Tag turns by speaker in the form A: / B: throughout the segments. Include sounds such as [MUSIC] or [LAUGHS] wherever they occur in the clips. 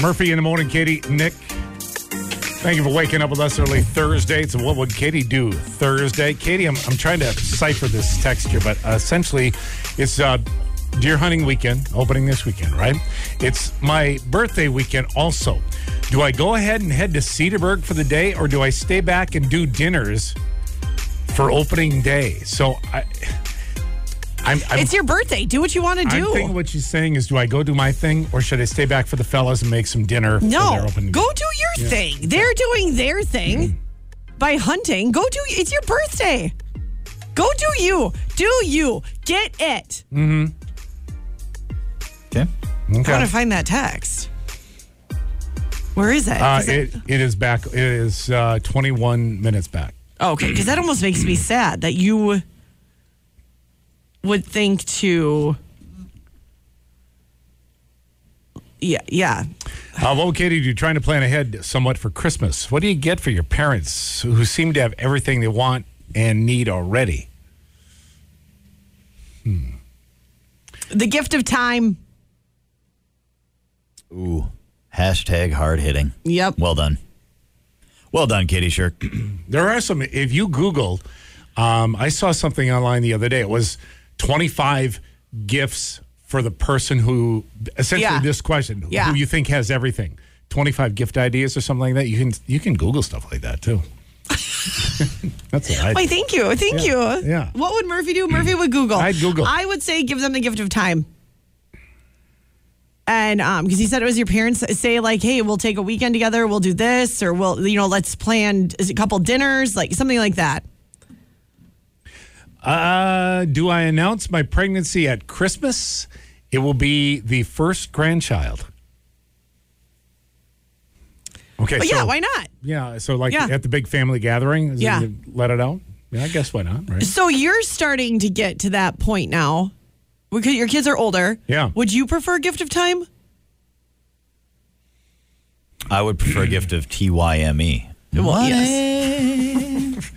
A: Murphy in the morning, Katie, Nick. Thank you for waking up with us early Thursday. So, what would Katie do Thursday? Katie, I'm, I'm trying to cipher this text here, but uh, essentially, it's uh, deer hunting weekend, opening this weekend, right? It's my birthday weekend also. Do I go ahead and head to Cedarburg for the day, or do I stay back and do dinners for opening day? So, I. I'm, I'm
B: It's your birthday. Do what you want to
A: I'm
B: do.
A: thinking what she's saying is, do I go do my thing or should I stay back for the fellas and make some dinner? for their
B: no,
A: open-
B: go do your thing. They're doing their thing
A: Mm-hmm.
B: by hunting. Go do. It's your birthday. Go do you. Do you get it?
C: Okay.
B: I want
A: Okay.
B: to find that text. Where is it?
A: Uh,
B: Is it-
A: it, it is back. It is uh, 21 minutes back.
B: oh, okay, because that almost makes me sad that you would think to. Yeah, yeah.
A: Uh, well, Katie, you're trying to plan ahead somewhat for Christmas. What do you get for your parents who seem to have everything they want and need already?
B: The gift of time.
C: Ooh. Hashtag hard hitting.
B: Yep.
C: Well done. Well done, Katie Shirk.
A: There are some. If you Google, um, I saw something online the other day. It was 25 gifts for the person who essentially
B: Yeah.
A: this question,
B: Yeah.
A: who you think has everything. 25 gift ideas or something like that. You can you can Google stuff like that too. [LAUGHS] That's what
B: [LAUGHS]
A: I.
B: Why, thank you. Thank
A: Yeah,
B: you.
A: yeah.
B: What would Murphy do? Murphy would Google.
A: I'd Google.
B: I would say give them the gift of time. And um, because he said it was your parents say like, hey, we'll take a weekend together, we'll do this, or we'll, you know, let's plan a couple dinners, like something like that.
A: Uh, do I announce my pregnancy at Christmas? It will be the first grandchild. Okay.
B: But yeah,
A: so-
B: why not?
A: Yeah. So like
B: Yeah.
A: at the big family gathering, is it-
B: Yeah.
A: let it out. Yeah, I guess why not, right?
B: So you're starting to get to that point now. Because your kids are older.
A: Yeah.
B: Would you prefer gift of time?
C: I would prefer a gift of TYME.
B: Well, yes.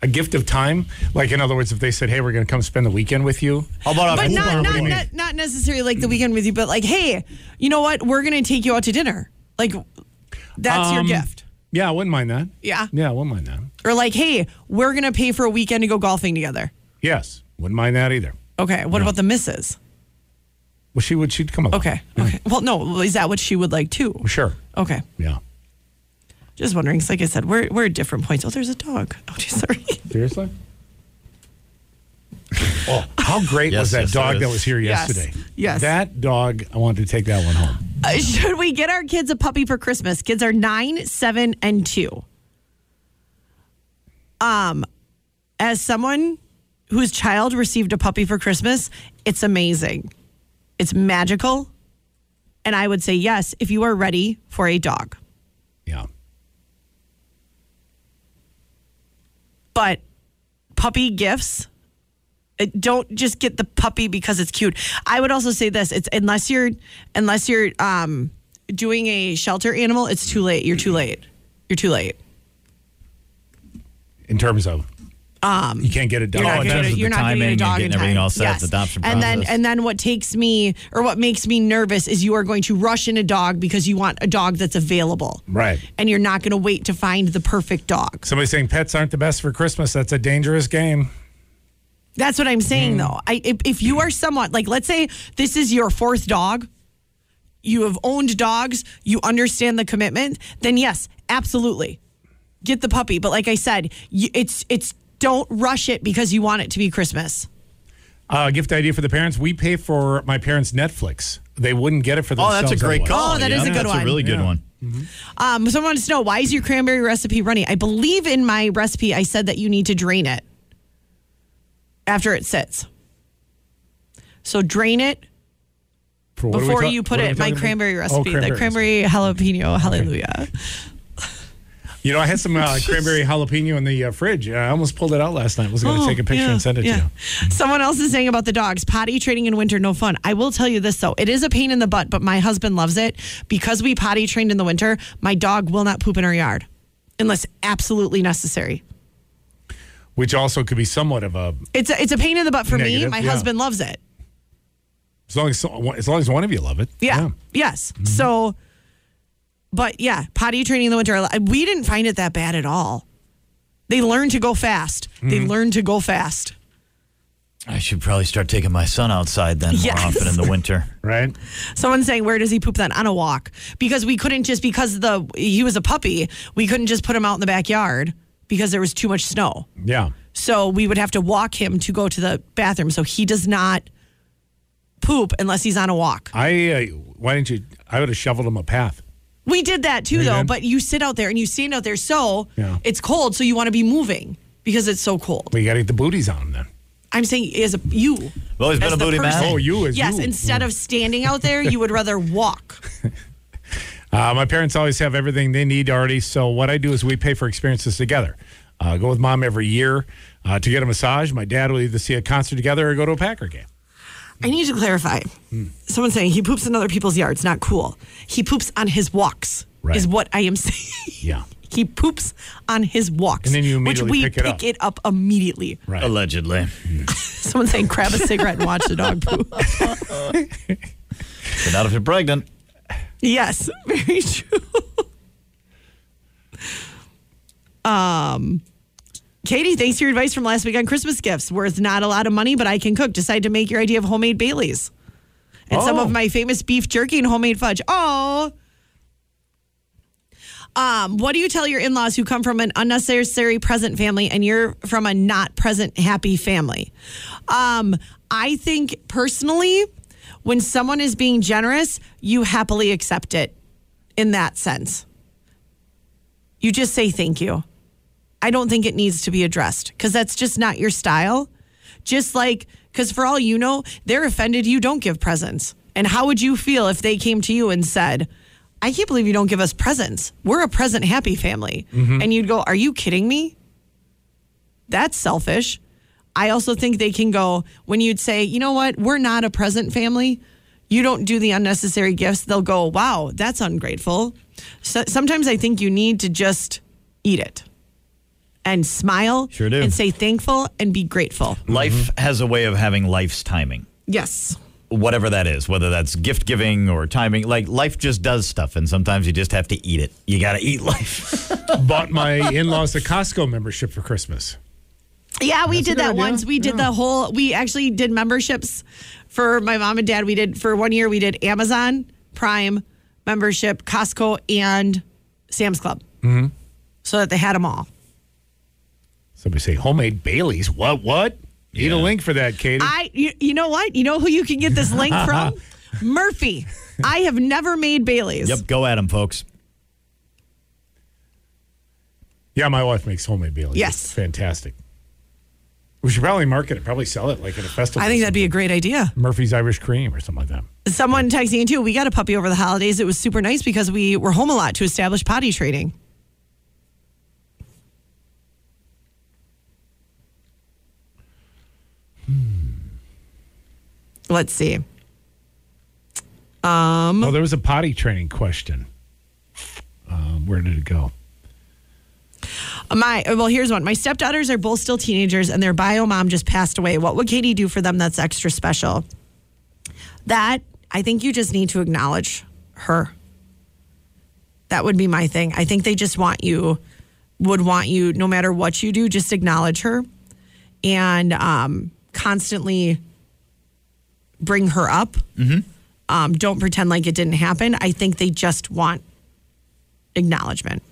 A: a gift of time. Like, in other words, if they said, "Hey, we're going to come spend the weekend with you,"
C: How about
B: But
C: a
B: not,
A: what do
B: not,
A: you mean?
B: not, not necessarily like the weekend with you, but like, hey, you know what? We're going to take you out to dinner. Like, that's your
A: Um,
B: gift.
A: Yeah, I wouldn't mind that.
B: Yeah.
A: yeah, I wouldn't mind that.
B: Or like, hey, we're going to pay for a weekend to go golfing together.
A: Yes, wouldn't mind that either.
B: Okay. What about the missus?
A: Well, she would. She'd come along.
B: Okay. Okay. Well, no, is that what she would like too?
A: sure.
B: Okay.
A: Yeah.
B: Just wondering. 'cause Like I said, we're, we're at different points. Oh, there's a dog. Oh, [LAUGHS] geez, sorry.
C: [LAUGHS]
A: Seriously. Oh, how great
C: Yes,
A: was that
C: yes,
A: dog
C: it
A: that
C: is.
A: was here
B: Yes,
A: yesterday?
B: yes.
A: That dog, I wanted to take that one home.
B: Uh, should we get our kids a puppy for Christmas? Kids are nine, seven, and two. Um, as someone whose child received a puppy for Christmas, it's amazing. It's magical. And I would say yes if you are ready for a dog.
A: Yeah.
B: But puppy gifts, uh, don't just get the puppy because it's cute. I would also say this, it's unless you're unless you're um doing a shelter animal, it's too late. You're too late. You're too late.
A: In terms of, um, you can't get it done.
B: You're not gonna-
C: You're Oh, in terms of the
B: you're not
C: timing
B: getting a
C: and
B: dog
C: getting
B: in
C: everything
B: time.
C: all set,
B: Yes.
C: the adoption
B: and then
C: process.
B: and then what takes me or what makes me nervous is you are going to rush in a dog because you want a dog that's available
A: Right.
B: and you're not going to wait to find the perfect dog
A: Somebody's saying pets aren't the best for Christmas. That's a dangerous game.
B: that's what i'm saying
A: Hmm.
B: though I, if, if you are somewhat like let's say this is your fourth dog you have owned dogs you understand the commitment then yes absolutely get the puppy but like i said you, it's it's don't rush it because you want it to be christmas
A: Uh, gift idea for the parents. We pay for my parents' Netflix. They wouldn't get it for
C: Oh,
A: themselves.
C: that's a great
A: otherwise.
C: call.
B: Oh, that is a good
C: That's
B: one.
C: a really good
A: Yeah.
C: one.
B: Um, someone wants to know why is your cranberry recipe runny? I believe in my recipe I said that you need to drain it after it sits. So drain it
A: For what are we
B: before
A: ta-
B: you put
A: what are we
B: it. My
A: talking about?
B: cranberry
A: Oh,
B: recipe, the cranberry jalapeno. Hallelujah!
A: You know, I had some
B: [LAUGHS]
A: uh, cranberry jalapeno in the uh, fridge. and I almost pulled it out last night. I was going to take a picture
B: Oh, yeah,
A: and send it
B: yeah.
A: to you.
B: Someone else is saying about the dogs potty training in winter no fun. I will tell you this though, it is a pain in the butt, but my husband loves it because we potty trained in the winter. My dog will not poop in our yard unless absolutely necessary.
A: Which also could be somewhat of a
B: It's a, it's a pain in the butt for me.
A: Negative,
B: My
A: yeah.
B: husband loves it.
A: as long as so- as long as one of you love it.
B: Yeah. Yes. So But yeah, potty training in the winter, we didn't find it that bad at all. They learn to go fast. They
A: Mm-hmm.
B: learn to go fast.
C: I should probably start taking my son outside then more
B: Yes.
C: often in the winter.
A: right?
B: Someone's saying, where does he poop then? On a walk. Because we couldn't just, because the he was a puppy, we couldn't just put him out in the backyard because there was too much snow.
A: Yeah.
B: So we would have to walk him to go to the bathroom. So he does not poop unless he's on a walk.
A: I, uh, why didn't you? I would have shoveled him a path.
B: We did that too, though.
A: did?
B: But you sit out there and you stand out there. So
A: Yeah.
B: it's cold. So you want to be moving because it's so cold.
A: But you got to get the booties on him then.
B: I'm saying as a, you.
C: I've always been
B: as
C: a
B: the
C: booty man.
B: person.
A: Oh, you as
B: yes.
A: you.
B: Instead of standing out there, you would rather walk.
A: Uh, my parents always have everything they need already. So what I do is we pay for experiences together. Uh, go with mom every year uh, to get a massage. My dad will either see a concert together or go to a Packer game.
B: I need to clarify. Someone's saying he poops in other people's yards. Not cool. He poops on his walks.
A: Right.
B: Is what I am [LAUGHS] saying.
A: Yeah.
B: He poops on his walks,
A: And then you
B: which
A: immediately
B: we
A: pick it up.
B: immediately.
A: Right.
C: Allegedly.
B: Someone's saying grab a cigarette and watch the dog
A: [LAUGHS]
B: poop.
C: But not if you're pregnant.
B: Yes, [LAUGHS] very true. um, Um, Katie, thanks for your advice from last week on Christmas gifts. Worth not a lot of money, but I can cook. Decide to make your idea of homemade Baileys and some of
A: Oh.
B: my famous beef jerky and homemade fudge. Oh. Um, what do you tell your in-laws who come from an unnecessary present family and you're from a not present happy family? Um, I think personally, when someone is being generous, you happily accept it in that sense. You just say thank you. I don't think it needs to be addressed because that's just not your style. Just like, because for all you know, they're offended you don't give presents. And how would you feel if they came to you and said, I can't believe you don't give us presents. We're a present happy family. And you'd go, Are you kidding me? That's selfish. I also think they can go, when you'd say, You know what? We're not a present family. You don't do the unnecessary gifts. They'll go, Wow, that's ungrateful. So, sometimes I think you need to just eat it and smile
C: Sure do.
B: and say thankful and be grateful.
C: Life has a way of having life's timing.
B: Yes.
C: Whatever that is, whether that's gift giving or timing, like life just does stuff, and sometimes you just have to eat it. You got to eat life.
A: Bought my in-laws a Costco membership for Christmas.
B: Yeah, we
A: a
B: did that
A: good idea.
B: once. We did
A: Yeah.
B: the whole, we actually did memberships for my mom and dad. We did, for one year, we did Amazon Prime membership, Costco, and Sam's Club. Mm-hmm. So that they had them all.
A: Somebody say homemade Bailey's. What? What? Need a
C: Yeah.
A: link for that, Katie.
B: I, you, you know what? You know who you can get this link
A: [LAUGHS]
B: from? Murphy. I have never made Bailey's.
C: yep, go at 'em, folks.
A: yeah, my wife makes homemade Bailey's.
B: Yes.
A: It's fantastic. We should probably market it. Probably sell it like at a festival.
B: I think that'd be a great idea.
A: Murphy's Irish Cream or something like that.
B: Someone texting in too. We got a puppy over the holidays. It was super nice because we were home a lot to establish potty training. Hmm. Let's see. Um,
A: Oh, there was a potty training question. Um, where did it go?
B: My well, here's one. My stepdaughters are both still teenagers, and their bio mom just passed away. What would Katie do for them that's extra special? That I think you just need to acknowledge her. That would be my thing. I think they just want you, would want you, no matter what you do, just acknowledge her, and um, constantly bring her up. Um, don't pretend like it didn't happen. I think they just want acknowledgement.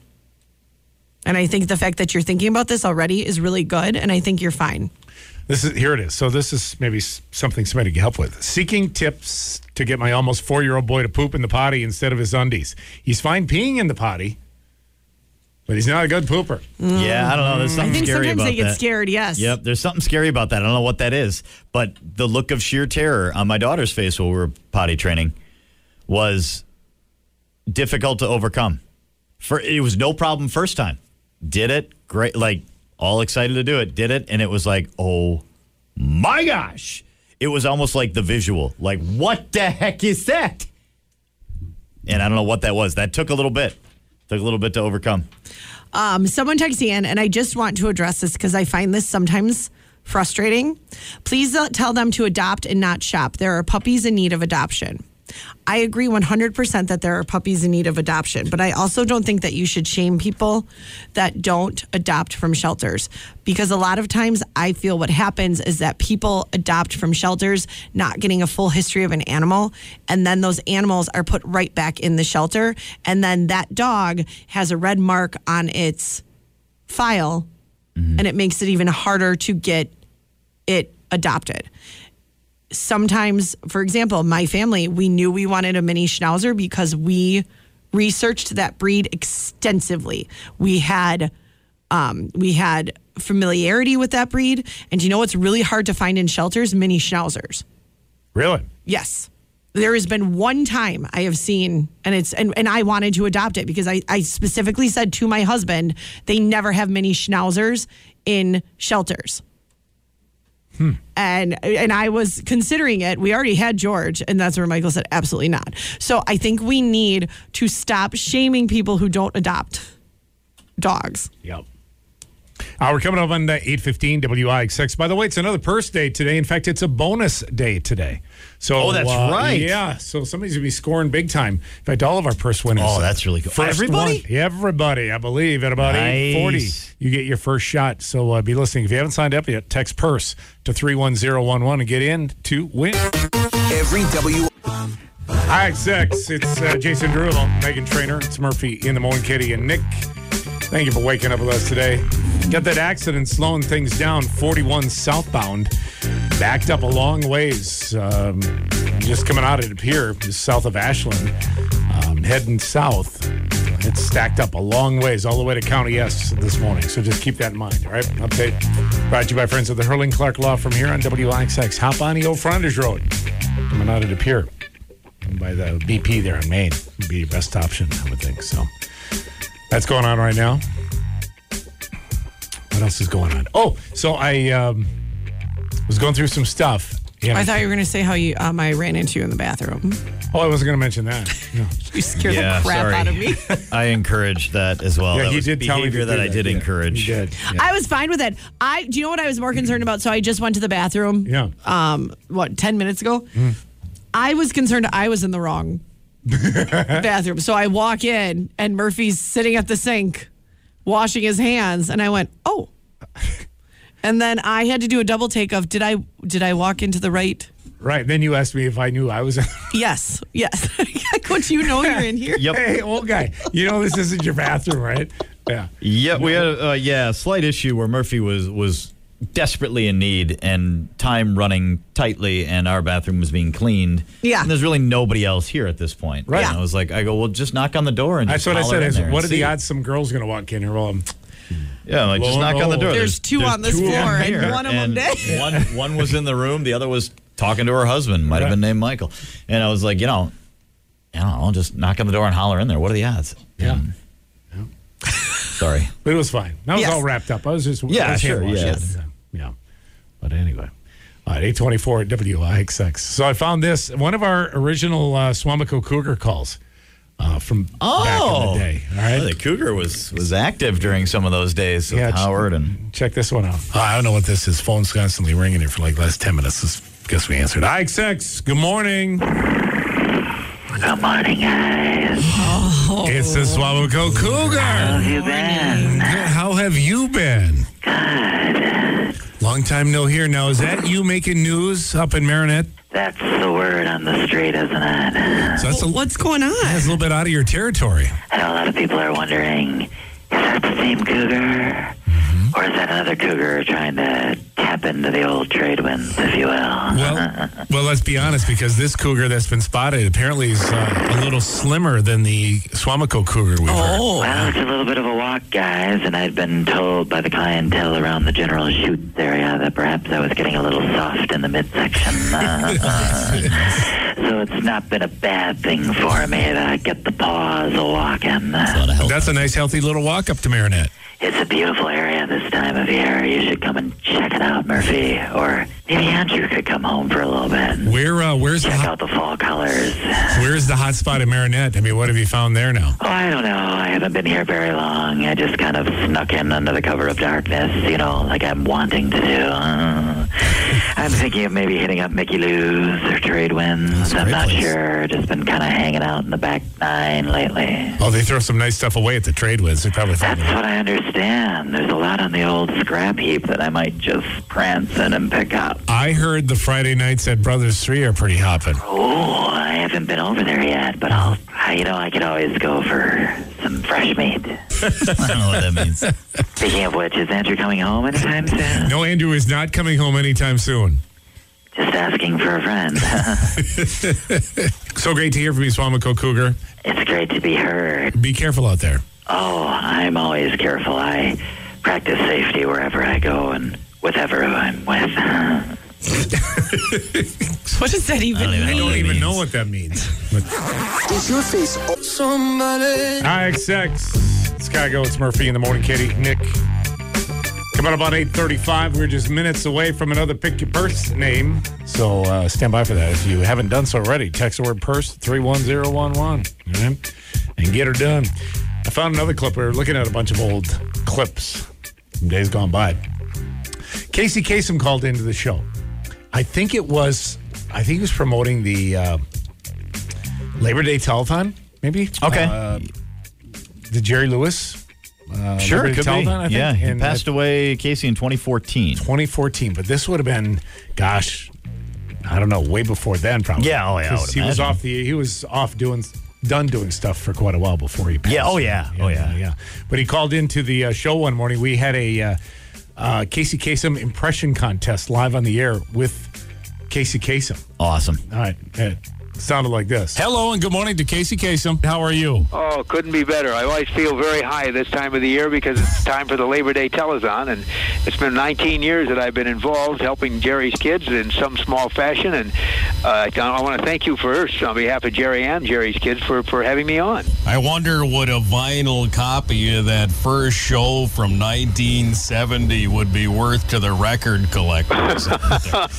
B: And I think the fact that you're thinking about this already is really good. And I think you're fine.
A: This is here it is. So this is maybe s- something somebody can help with. Seeking tips to get my almost four-year-old boy to poop in the potty instead of his undies. He's fine peeing in the potty, but he's not a good pooper.
C: Yeah, I don't know. There's something
B: Mm. I think
C: scary
B: sometimes
C: about
B: they get
C: that.
B: scared. Yes.
C: Yep, there's something scary about that. I don't know what that is, but the look of sheer terror on my daughter's face while we were potty training was difficult to overcome. For it was no problem first time. Did it great, like all excited to do it. Did it, and it was like, oh my gosh! It was almost like the visual, like what the heck is that? And I don't know what that was. That took a little bit. Took a little bit to overcome.
B: Um, someone texts in, and I just want to address this because I find this sometimes frustrating. Please uh, tell them to adopt and not shop. There are puppies in need of adoption. I agree 100% that there are puppies in need of adoption, but I also don't think that you should shame people that don't adopt from shelters because a lot of times I feel what happens is that people adopt from shelters not getting a full history of an animal and then those animals are put right back in the shelter and then that dog has a red mark on its file and it makes it even harder to get it adopted sometimes, for example, my family, we knew we wanted a mini schnauzer because we researched that breed extensively. We had um, we had familiarity with that breed, and you know what's really hard to find in shelters? Mini schnauzers.
A: Really?
B: Yes. There has been one time I have seen, and it's and, and I wanted to adopt it because I, I specifically said to my husband, they never have many schnauzers in shelters.
C: Hmm.
B: And and I was considering it. We already had George, and that's where Michael said, absolutely not. So I think we need to stop shaming people who don't adopt dogs.
A: Yep. Uh, we're coming up on uh, 815 WIX6. By the way, it's another purse day today. In fact, it's a bonus day today. So,
C: Oh, that's
A: uh,
C: right.
A: Yeah. So somebody's going to be scoring big time. In fact, all of our purse winners.
C: Oh, that's really cool.
A: First
C: Everybody?
A: one- everybody, I believe, at about
C: Nice.
A: 840, you get your first shot. So uh, be listening. If you haven't signed up yet, text purse to 31011 and get in to win.
D: Every W.
A: All right, six. It's uh, Jason Derulo, Megan Trainer. It's Murphy in the morning, Kitty and Nick. Thank you for waking up with us today. Got that accident slowing things down. 41 southbound, backed up a long ways. Um, just coming out of it here, just south of Ashland, um, heading south. It's stacked up a long ways, all the way to County S this morning. So just keep that in mind. All right, update brought to you by friends of the Hurling Clark Law from here on WIXX. Hop on the old Frontage Road, coming out of the pier by the BP there in Maine would be your best option, I would think. So that's going on right now. What else is going on? Oh, so I um, was going through some stuff. Yeah.
B: I thought you were going to say how you um, I ran into you in the bathroom. [LAUGHS]
A: oh, I wasn't going to mention that. No.
B: You scared
C: Yeah,
B: the crap
C: sorry.
B: out of me.
C: [LAUGHS] I encourage that as well.
A: yeah,
C: Oh, that
A: he
C: was
A: did tell me to
C: behavior
A: do
C: that I did
A: Yeah,
C: encourage.
A: You did.
B: I was fine with it. I do you know what I was more concerned about? So I just went to the bathroom.
A: Yeah. Hmm.
B: Um, what ten minutes ago? I was concerned I was in
A: [LAUGHS]
B: the wrong bathroom. So I walk in and Murphy's sitting at the sink, washing his hands, and I went,
A: [LAUGHS]
B: oh. And then I had to do a double take of did I did I walk into the right?
A: Right. Then you asked me if I knew I [LAUGHS] was.
B: Yes, yes. [LAUGHS] Could you know you're in here?
C: Yep.
A: hey, old guy, you know this isn't your bathroom, right? Yeah.
C: Yeah, we had a uh, yeah a slight issue where Murphy was was desperately in need and time running tightly, and our bathroom was being cleaned.
B: Yeah.
C: and there's really nobody else here at this point.
A: Right.
C: And I was like, I go, well, just knock on the door and
A: That's
C: just
A: what I
C: holler
A: said.
C: in
A: I
C: there
A: said,
C: and
A: what are the
C: see."
A: odds some girl's going to walk in here? Well, um, I'm,
C: Yeah, I'm like, just
A: Lord,
C: knock on the door.
A: Lord.
B: There's two on this
C: two of
B: floor,
C: them
B: and
C: here.
B: one of 'em
C: And
B: dead.
C: [LAUGHS] One one was in the room, the other was talking to her husband, might have been named Michael. And I was like, you know, I don't know, just knock on the door and holler in there. What are the odds?
A: Yeah.
C: And- Sorry.
A: But it was fine. That was
B: Yes.
A: all wrapped up. I was just
C: Yeah,
A: I was
C: sure,
A: hand-washing.
C: yes.
A: yeah, yeah. But anyway, all right, eight twenty four at WIXX. So I found this one of our original uh, Swamico Cougar calls uh, from
C: Oh,
A: back in the day. All
C: Yeah,
A: right,
C: the cougar was was active during some of those days with
A: Yeah, it's-
C: Howard and
A: check this one out.
E: I don't know what this is. Phone's constantly ringing here for like the last 10 minutes. This guess we answered. I
A: IXX, good morning.
F: Good morning, guys.
E: It's the Swamico Cougar.
F: You been?
E: How have you been? Long time no hear. Now, is that you making news up in Marinette?
F: That's the word on the street, isn't it?
E: So that's a,
B: What's going on?
E: that's a little bit out of your territory.
F: I know a lot of people are wondering, is that the same cougar?
E: Mm-hmm.
F: Or is that another cougar trying to tap into the old trade winds, if you will? Uh-huh.
E: Well, well, let's be honest because this cougar that's been spotted apparently is uh, a little slimmer than the Swamico cougar we've heard.
F: Well, it's a little bit of a walk, guys, and I'd been told by the clientele around the general shoots area that perhaps I was getting a little soft in
E: [LAUGHS]
F: the midsection. Uh-huh. so it's not been a bad thing for me to get the paws walking.
E: That's a nice, healthy little walk up to Marinette.
F: It's a beautiful area this time of year. You should come and check it out, Murphy. Or maybe Andrew could come home for a little bit.
E: Where, uh, where's the
F: Check
E: hot,
F: out the fall colors.
E: where's the hot spot in Marinette? I mean, what have you found there now?
F: Oh, I don't know. I haven't been here very long. I just kind of snuck in under the cover of darkness, you know, like I'm wanting to do. Uh, I'm thinking of maybe hitting up Mickey Lou's or Trade Winds.
C: a
F: I'm
C: great
F: not
C: place.
F: sure. Just been kind of hanging out in the back nine lately.
E: Oh, they throw some nice stuff away at the trade winds. They probably thought,
F: That's what I understand. There's a lot on the old scrap heap that I might just prance in and pick up.
E: I heard the Friday nights at Brothers 3 are pretty hopping.
F: Oh, I haven't been over there yet, but I'll, I, you know, I could always go for some fresh
C: [LAUGHS] [LAUGHS]
F: meat.
C: I don't know what that means.
F: Speaking of which, is Andrew coming home anytime soon?
E: No, Andrew is not coming home anytime soon.
F: Just asking for a friend. [LAUGHS]
E: So great to hear from you, Swamico Cougar.
F: it's great to be heard.
E: Be careful out there.
F: Oh, I'm always careful. I practice safety wherever I go and with whoever I'm with. [LAUGHS]
B: What does that even
C: even
B: mean?
C: know.
E: I don't even
C: Oh, means.
E: know what that means.
D: Is your face on somebody?
A: IXX. It's gotta go. It's Murphy in the morning, Kitty. Nick. Coming up on 8.35. We're just minutes away from another Pick Your Purse name. So uh, stand by for that. If you haven't done so already, text the word purse to 31011 all right? and get her done. I found another clip. We were looking at a bunch of old clips from days gone by. Casey Kasem called into the show. I think it was, I think he was promoting the uh, Labor Day telethon, maybe?
C: Okay.
A: Uh, the Jerry Lewis. Uh,
C: sure,
A: Liberty
C: it could be.
A: Telethon, I think,
C: yeah, he
A: and, uh,
C: passed away, Casey, in 2014.
A: 2014, but this would have been, gosh, I don't know, way before then, probably.
C: Yeah, oh, yeah, I
A: 'Cause
C: would
A: he was
C: imagine.
A: off the he was off doing done doing stuff for quite a while before he passed.
C: Yeah, oh, yeah, oh, yeah.
A: yeah. But he called into the uh, show one morning. We had a uh, uh, Casey Kasem impression contest live on the air with Casey Kasem.
C: Awesome.
A: All right, it sounded like this.
E: Hello and good morning to Casey Kasem. How are
G: [LAUGHS]
E: you?
G: Oh, couldn't be better. I always feel very high this time of the year because it's time for the Labor Day telethon, and it's been 19 years that I've been involved helping Jerry's kids in some small fashion. And uh, I want to thank you first on behalf of Jerry and Jerry's kids for, for having me on.
H: I wonder what a vinyl copy of that first show from 1970 would be worth to the record collectors.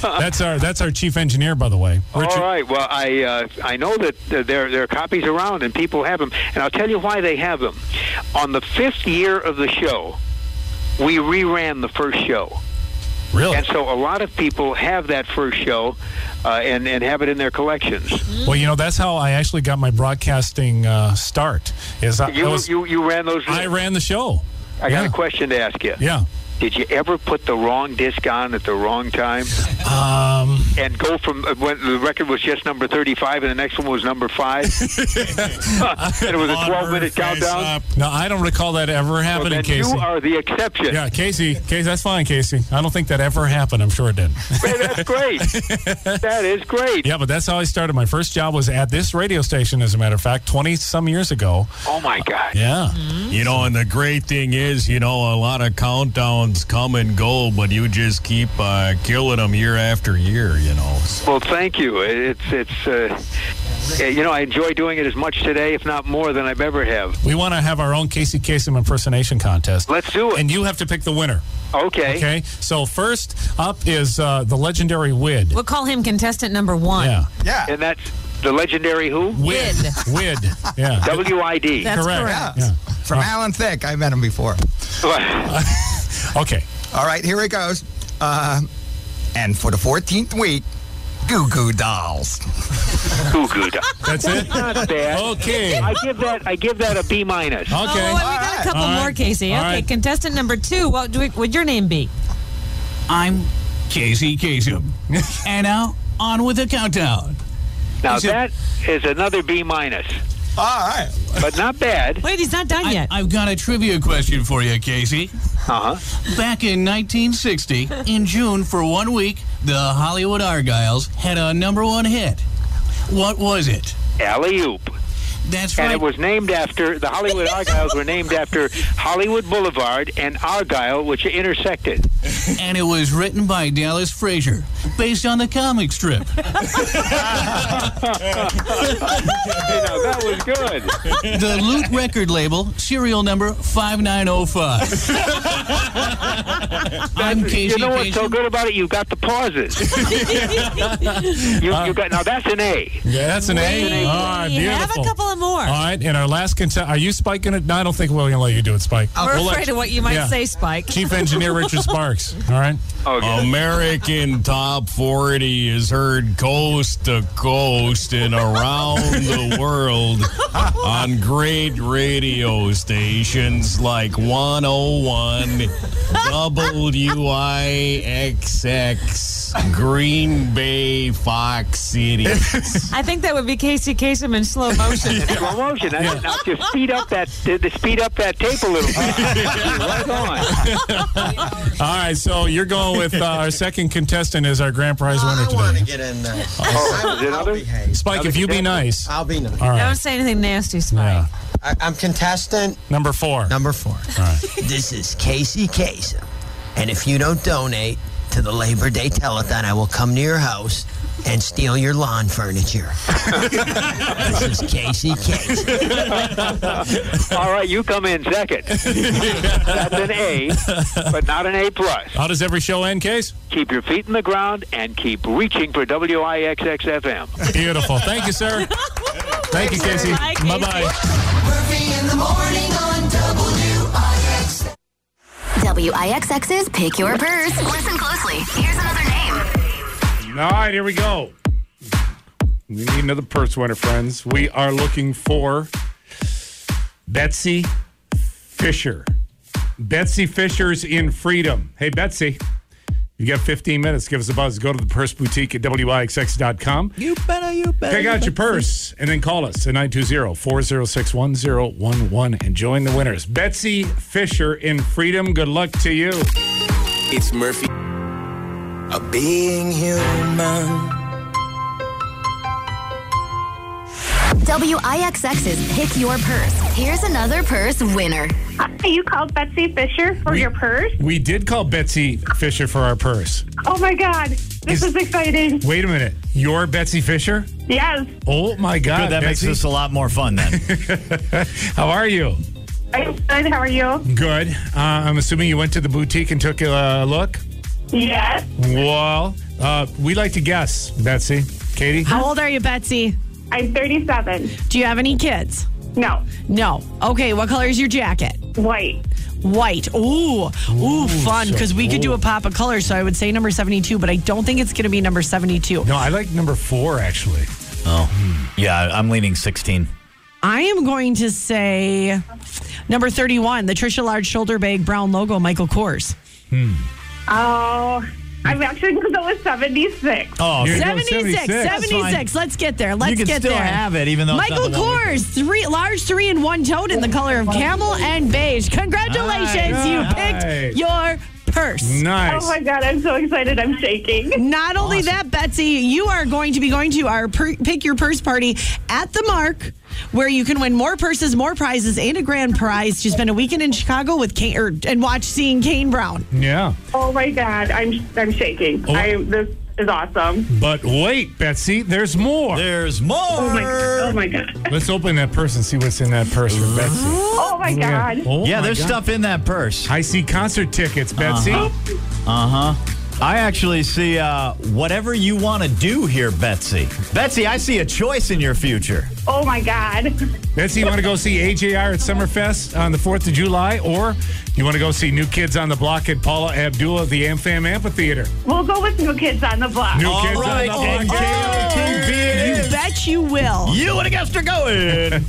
E: That's our that's our chief engineer, by the way.
G: All right. Well, I uh, I know that uh, there there are copies around and people have them, and I'll tell you why they have them. On the fifth year of the show, we reran the first show.
E: Really?
G: [LAUGHS] And so a lot of people have that first show uh, and, and have it in their collections.
E: Well, you know, that's how I actually got my broadcasting uh, start. Is I, I
G: You,
E: was-
G: you, you ran those.
E: I ran the show.
G: I got
E: yeah.
G: a question to ask you.
E: Yeah.
G: Did you ever put the wrong disc on at the wrong time?
E: Um,
G: And go from uh, when the record was just number 35 and the next one was
E: [LAUGHS]
G: number 5? and it was a 12 minute countdown?
E: no, I don't recall that ever
G: Well,
E: happening,
G: then
E: Casey.
G: you are the exception.
E: yeah, Casey. Casey, that's fine, Casey. I don't think that ever happened. I'm sure it did.
G: Hey,
E: [LAUGHS]
G: that's great. that is great.
E: yeah, but that's how I started. My first job was at this radio station, as a matter of fact, 20 some years ago.
G: Oh, my God.
E: Yeah.
H: Mm-hmm. you know, and the great thing is, you know, a lot of countdowns come and go, but you just keep uh, killing them year after year, you know. So
G: Well, thank you. It's, it's, uh, you know, I enjoy doing it as much today, if not more, than I've ever have.
E: We want to have our own Casey Kasem impersonation contest.
G: Let's do it.
E: And you have to pick the winner.
G: Okay.
E: Okay. So first up is uh, the legendary Wid.
I: We'll call him contestant number one.
E: Yeah.
G: And that's the legendary who?
E: Wid. Wid. Yeah.
G: WID.
I: That's correct.
J: From Alan Thick. I met him before.
E: Yeah. Okay.
J: All right, here it goes. Uh, and for the 14th week, Goo Goo Dolls.
G: Goo goo dog.
K: [LAUGHS]
E: That's it.
G: Not bad.
E: Okay.
G: I give that I give that a B minus.
I: Oh,
E: Okay.
I: well, we got a couple
E: All right.
I: more, Casey.
E: All
I: okay,
E: right.
I: contestant number two. What do we, would your name be?
K: I'm Casey Kasem.
E: [LAUGHS]
K: and now, on with the countdown.
G: Now
K: I said-
G: that is another B minus,
J: All right.
G: but not bad.
I: Wait, he's not done
K: I,
I: yet.
K: I've got a trivia question for you, Casey.
G: Uh huh.
K: Back in 1960, in June, for one week, the Hollywood Argyles had a number one hit. What was it?
G: Alley oop.
K: That's
G: And
K: right.
G: it was named after the Hollywood Argyles were named after Hollywood Boulevard and Argyle, which intersected.
K: and it was written by Dallas Frazier, based on the comic strip.
G: Hey, now that was good.
K: the Loot record label, serial number 5905. I'm Casey
G: You know what's so
K: Kasem.
G: good about it? You got the pauses. you, you got now that's an A.
E: Yeah, that's an A.
I: We
E: All right,
I: have
E: beautiful.
I: a couple of more.
E: All right, and our last contest. Are you spiking it? No, I don't think we're going to let you do it, Spike.
I: We're
E: We'll let-
I: afraid of what you might
E: Yeah.
I: say, Spike.
E: Chief Engineer Richard Sparks. All right.
H: American Top 40 is heard coast to coast and around the world on great radio stations like 101 WIXX Green Bay Fox City.
I: I think that would be Casey Kasem in
E: [LAUGHS]
I: slow motion.
G: Slow motion. Now, now just speed up that speed up that tape a little. right on.
E: All right, so you're going with uh, our second contestant as our grand prize winner
L: I want
E: today.
L: to get in
E: [LAUGHS]
L: there.
G: Oh, is it another?
E: Spike, if you be nice.
L: I'll be nice.
E: All right.
I: Don't say anything nasty, Spike.
L: I, I'm contestant
E: number four.
L: Number four.
E: All right.
L: [LAUGHS] this is Casey Kasem, and if you don't donate to the Labor Day telethon, I will come to your house and steal your lawn
E: [LAUGHS]
L: furniture. this is Casey Kasem.
G: All right, you come in second. That's an A, but not an A plus.
E: How does every show end, Case?
G: Keep your feet in the ground and keep reaching for WIXXFM.
E: Beautiful. Thank you, sir. Thank you, Casey. Bye bye.
M: Murphy in the morning on WIX. WIXX's Pick Your Purse. Listen closely. Here's another
N: Oh
M: name.
A: All right, here we go. We need another purse winner, friends. We are looking for Betsy Fisher. Betsy Fisher's in freedom. Hey, Betsy, you got 15 minutes. Give us a buzz. Go to the purse boutique at wixx.com.
B: You better, you better.
A: Pick out your purse and then call us at 920 406 1011 and join the winners. Betsy Fisher in freedom. Good luck to you.
D: It's Murphy. A being human.
M: WIXX's Pick Your Purse. Here's another purse winner.
N: You called Betsy Fisher for your purse?
A: We did call Betsy Fisher for our purse.
N: Oh my God. This is exciting.
A: Wait a minute. You're Betsy Fisher?
N: Yes.
A: Oh my God!
C: Good, that makes this a lot more
A: [LAUGHS]
C: fun then.
A: How are you?
N: I'm good. How are you?
A: Good. Uh, I'm assuming you went to the boutique and took a uh, look.
N: Yes.
A: Well, uh, we like to guess, Betsy, Katie.
B: How old are you, Betsy?
N: I'm 37.
B: Do you have any kids?
N: No.
B: No. Okay, what color is your jacket?
N: White.
B: White. Ooh. Ooh, fun.
A: so
B: Because we could do a
A: cool.
B: pop of colors, so I would say number 72, but I don't think it's going to be number 72.
A: No, I like number four actually.
C: Oh, yeah, I'm leaning 16.
B: I am going to say number 31, the Trisha Large shoulder bag brown logo, Michael Kors.
N: Oh, I'm actually going to go with 76.
C: Oh,
A: You're going
B: 76,
A: 76.
B: 76. Let's get there. Let's
C: can
B: get
C: still
B: there.
C: have it, even though it's
B: Michael
C: not the number.
B: Kors, three large three in one tote in the color of camel and beige. Congratulations,
A: Nice.
B: you
A: Nice.
B: picked your purse.
A: Nice.
N: Oh my God, I'm so excited. I'm shaking.
B: Not only that, Betsy, you are going to be going to our per- pick your purse party at the Mark, where you can win more purses, more prizes, and a grand prize to spend a weekend in Chicago with Kane or, and watch seeing Kane Brown.
A: Yeah.
N: Oh my God, I'm I'm shaking.
E: Oh.
N: I this is awesome.
A: But wait, Betsy, there's more.
C: There's more.
N: Oh my oh my God.
A: Let's open that purse and see what's in that purse for Betsy.
N: Oh my God.
A: Oh
C: yeah,
A: my
C: there's
A: God.
C: stuff Uh-huh. in that purse.
A: I see concert tickets, Betsy.
C: Uh huh. I actually see uh, whatever you want to do here, Betsy. Betsy, I see a choice in your future.
N: Oh my God.
A: Betsy, you want to go see AJR at Summerfest on the 4th of July, or you want to go see New Kids on the Block at Paula Abdullah at the AmFam Amphitheater?
N: We'll go with new kids on the block.
A: New Kids
C: right,
A: on the Block.
C: and KOTB it
B: You
C: is.
B: bet you will.
C: You would have guessed her going.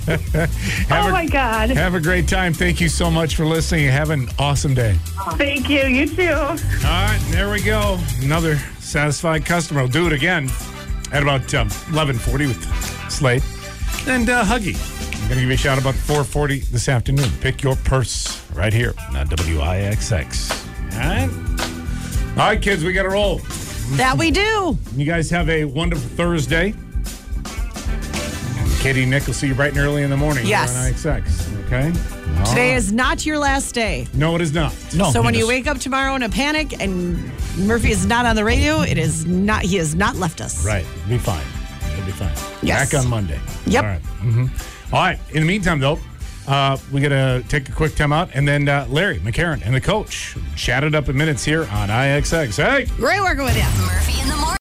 A: Have
N: oh
A: a-
N: my God.
A: Have a great time. Thank you so much for listening. Have an awesome day.
N: Thank you. You too.
A: All right, there we go. Another satisfied customer. We'll do it again at about um, 1140 with Slate and uh, Huggy. I'm going to give you a shout about 440 this afternoon. Pick your purse right here on WIXX. All right. All right, kids, we got to roll.
B: That we do.
A: You guys have a wonderful Thursday. Katie and Nick will see you bright and early in the morning here
B: Yes.
A: on IXX. Okay? All
B: Today
A: right.
B: is not your last day.
A: No, it is not.
C: No,
B: so when
C: it
B: you
C: is-
B: wake up tomorrow in a panic and Murphy is not on the radio, it is not. He has not left us.
A: Right. It'll be fine. It'll be fine.
B: Yes.
A: Back on Monday.
B: Yep.
A: All right. Mhm. All right. In the meantime, though, uh, we got to take a quick time out. And then uh, Larry McCarron and the coach chatted up in minutes here on IXX. Hey.
B: Great working with you.
M: Murphy in the morning.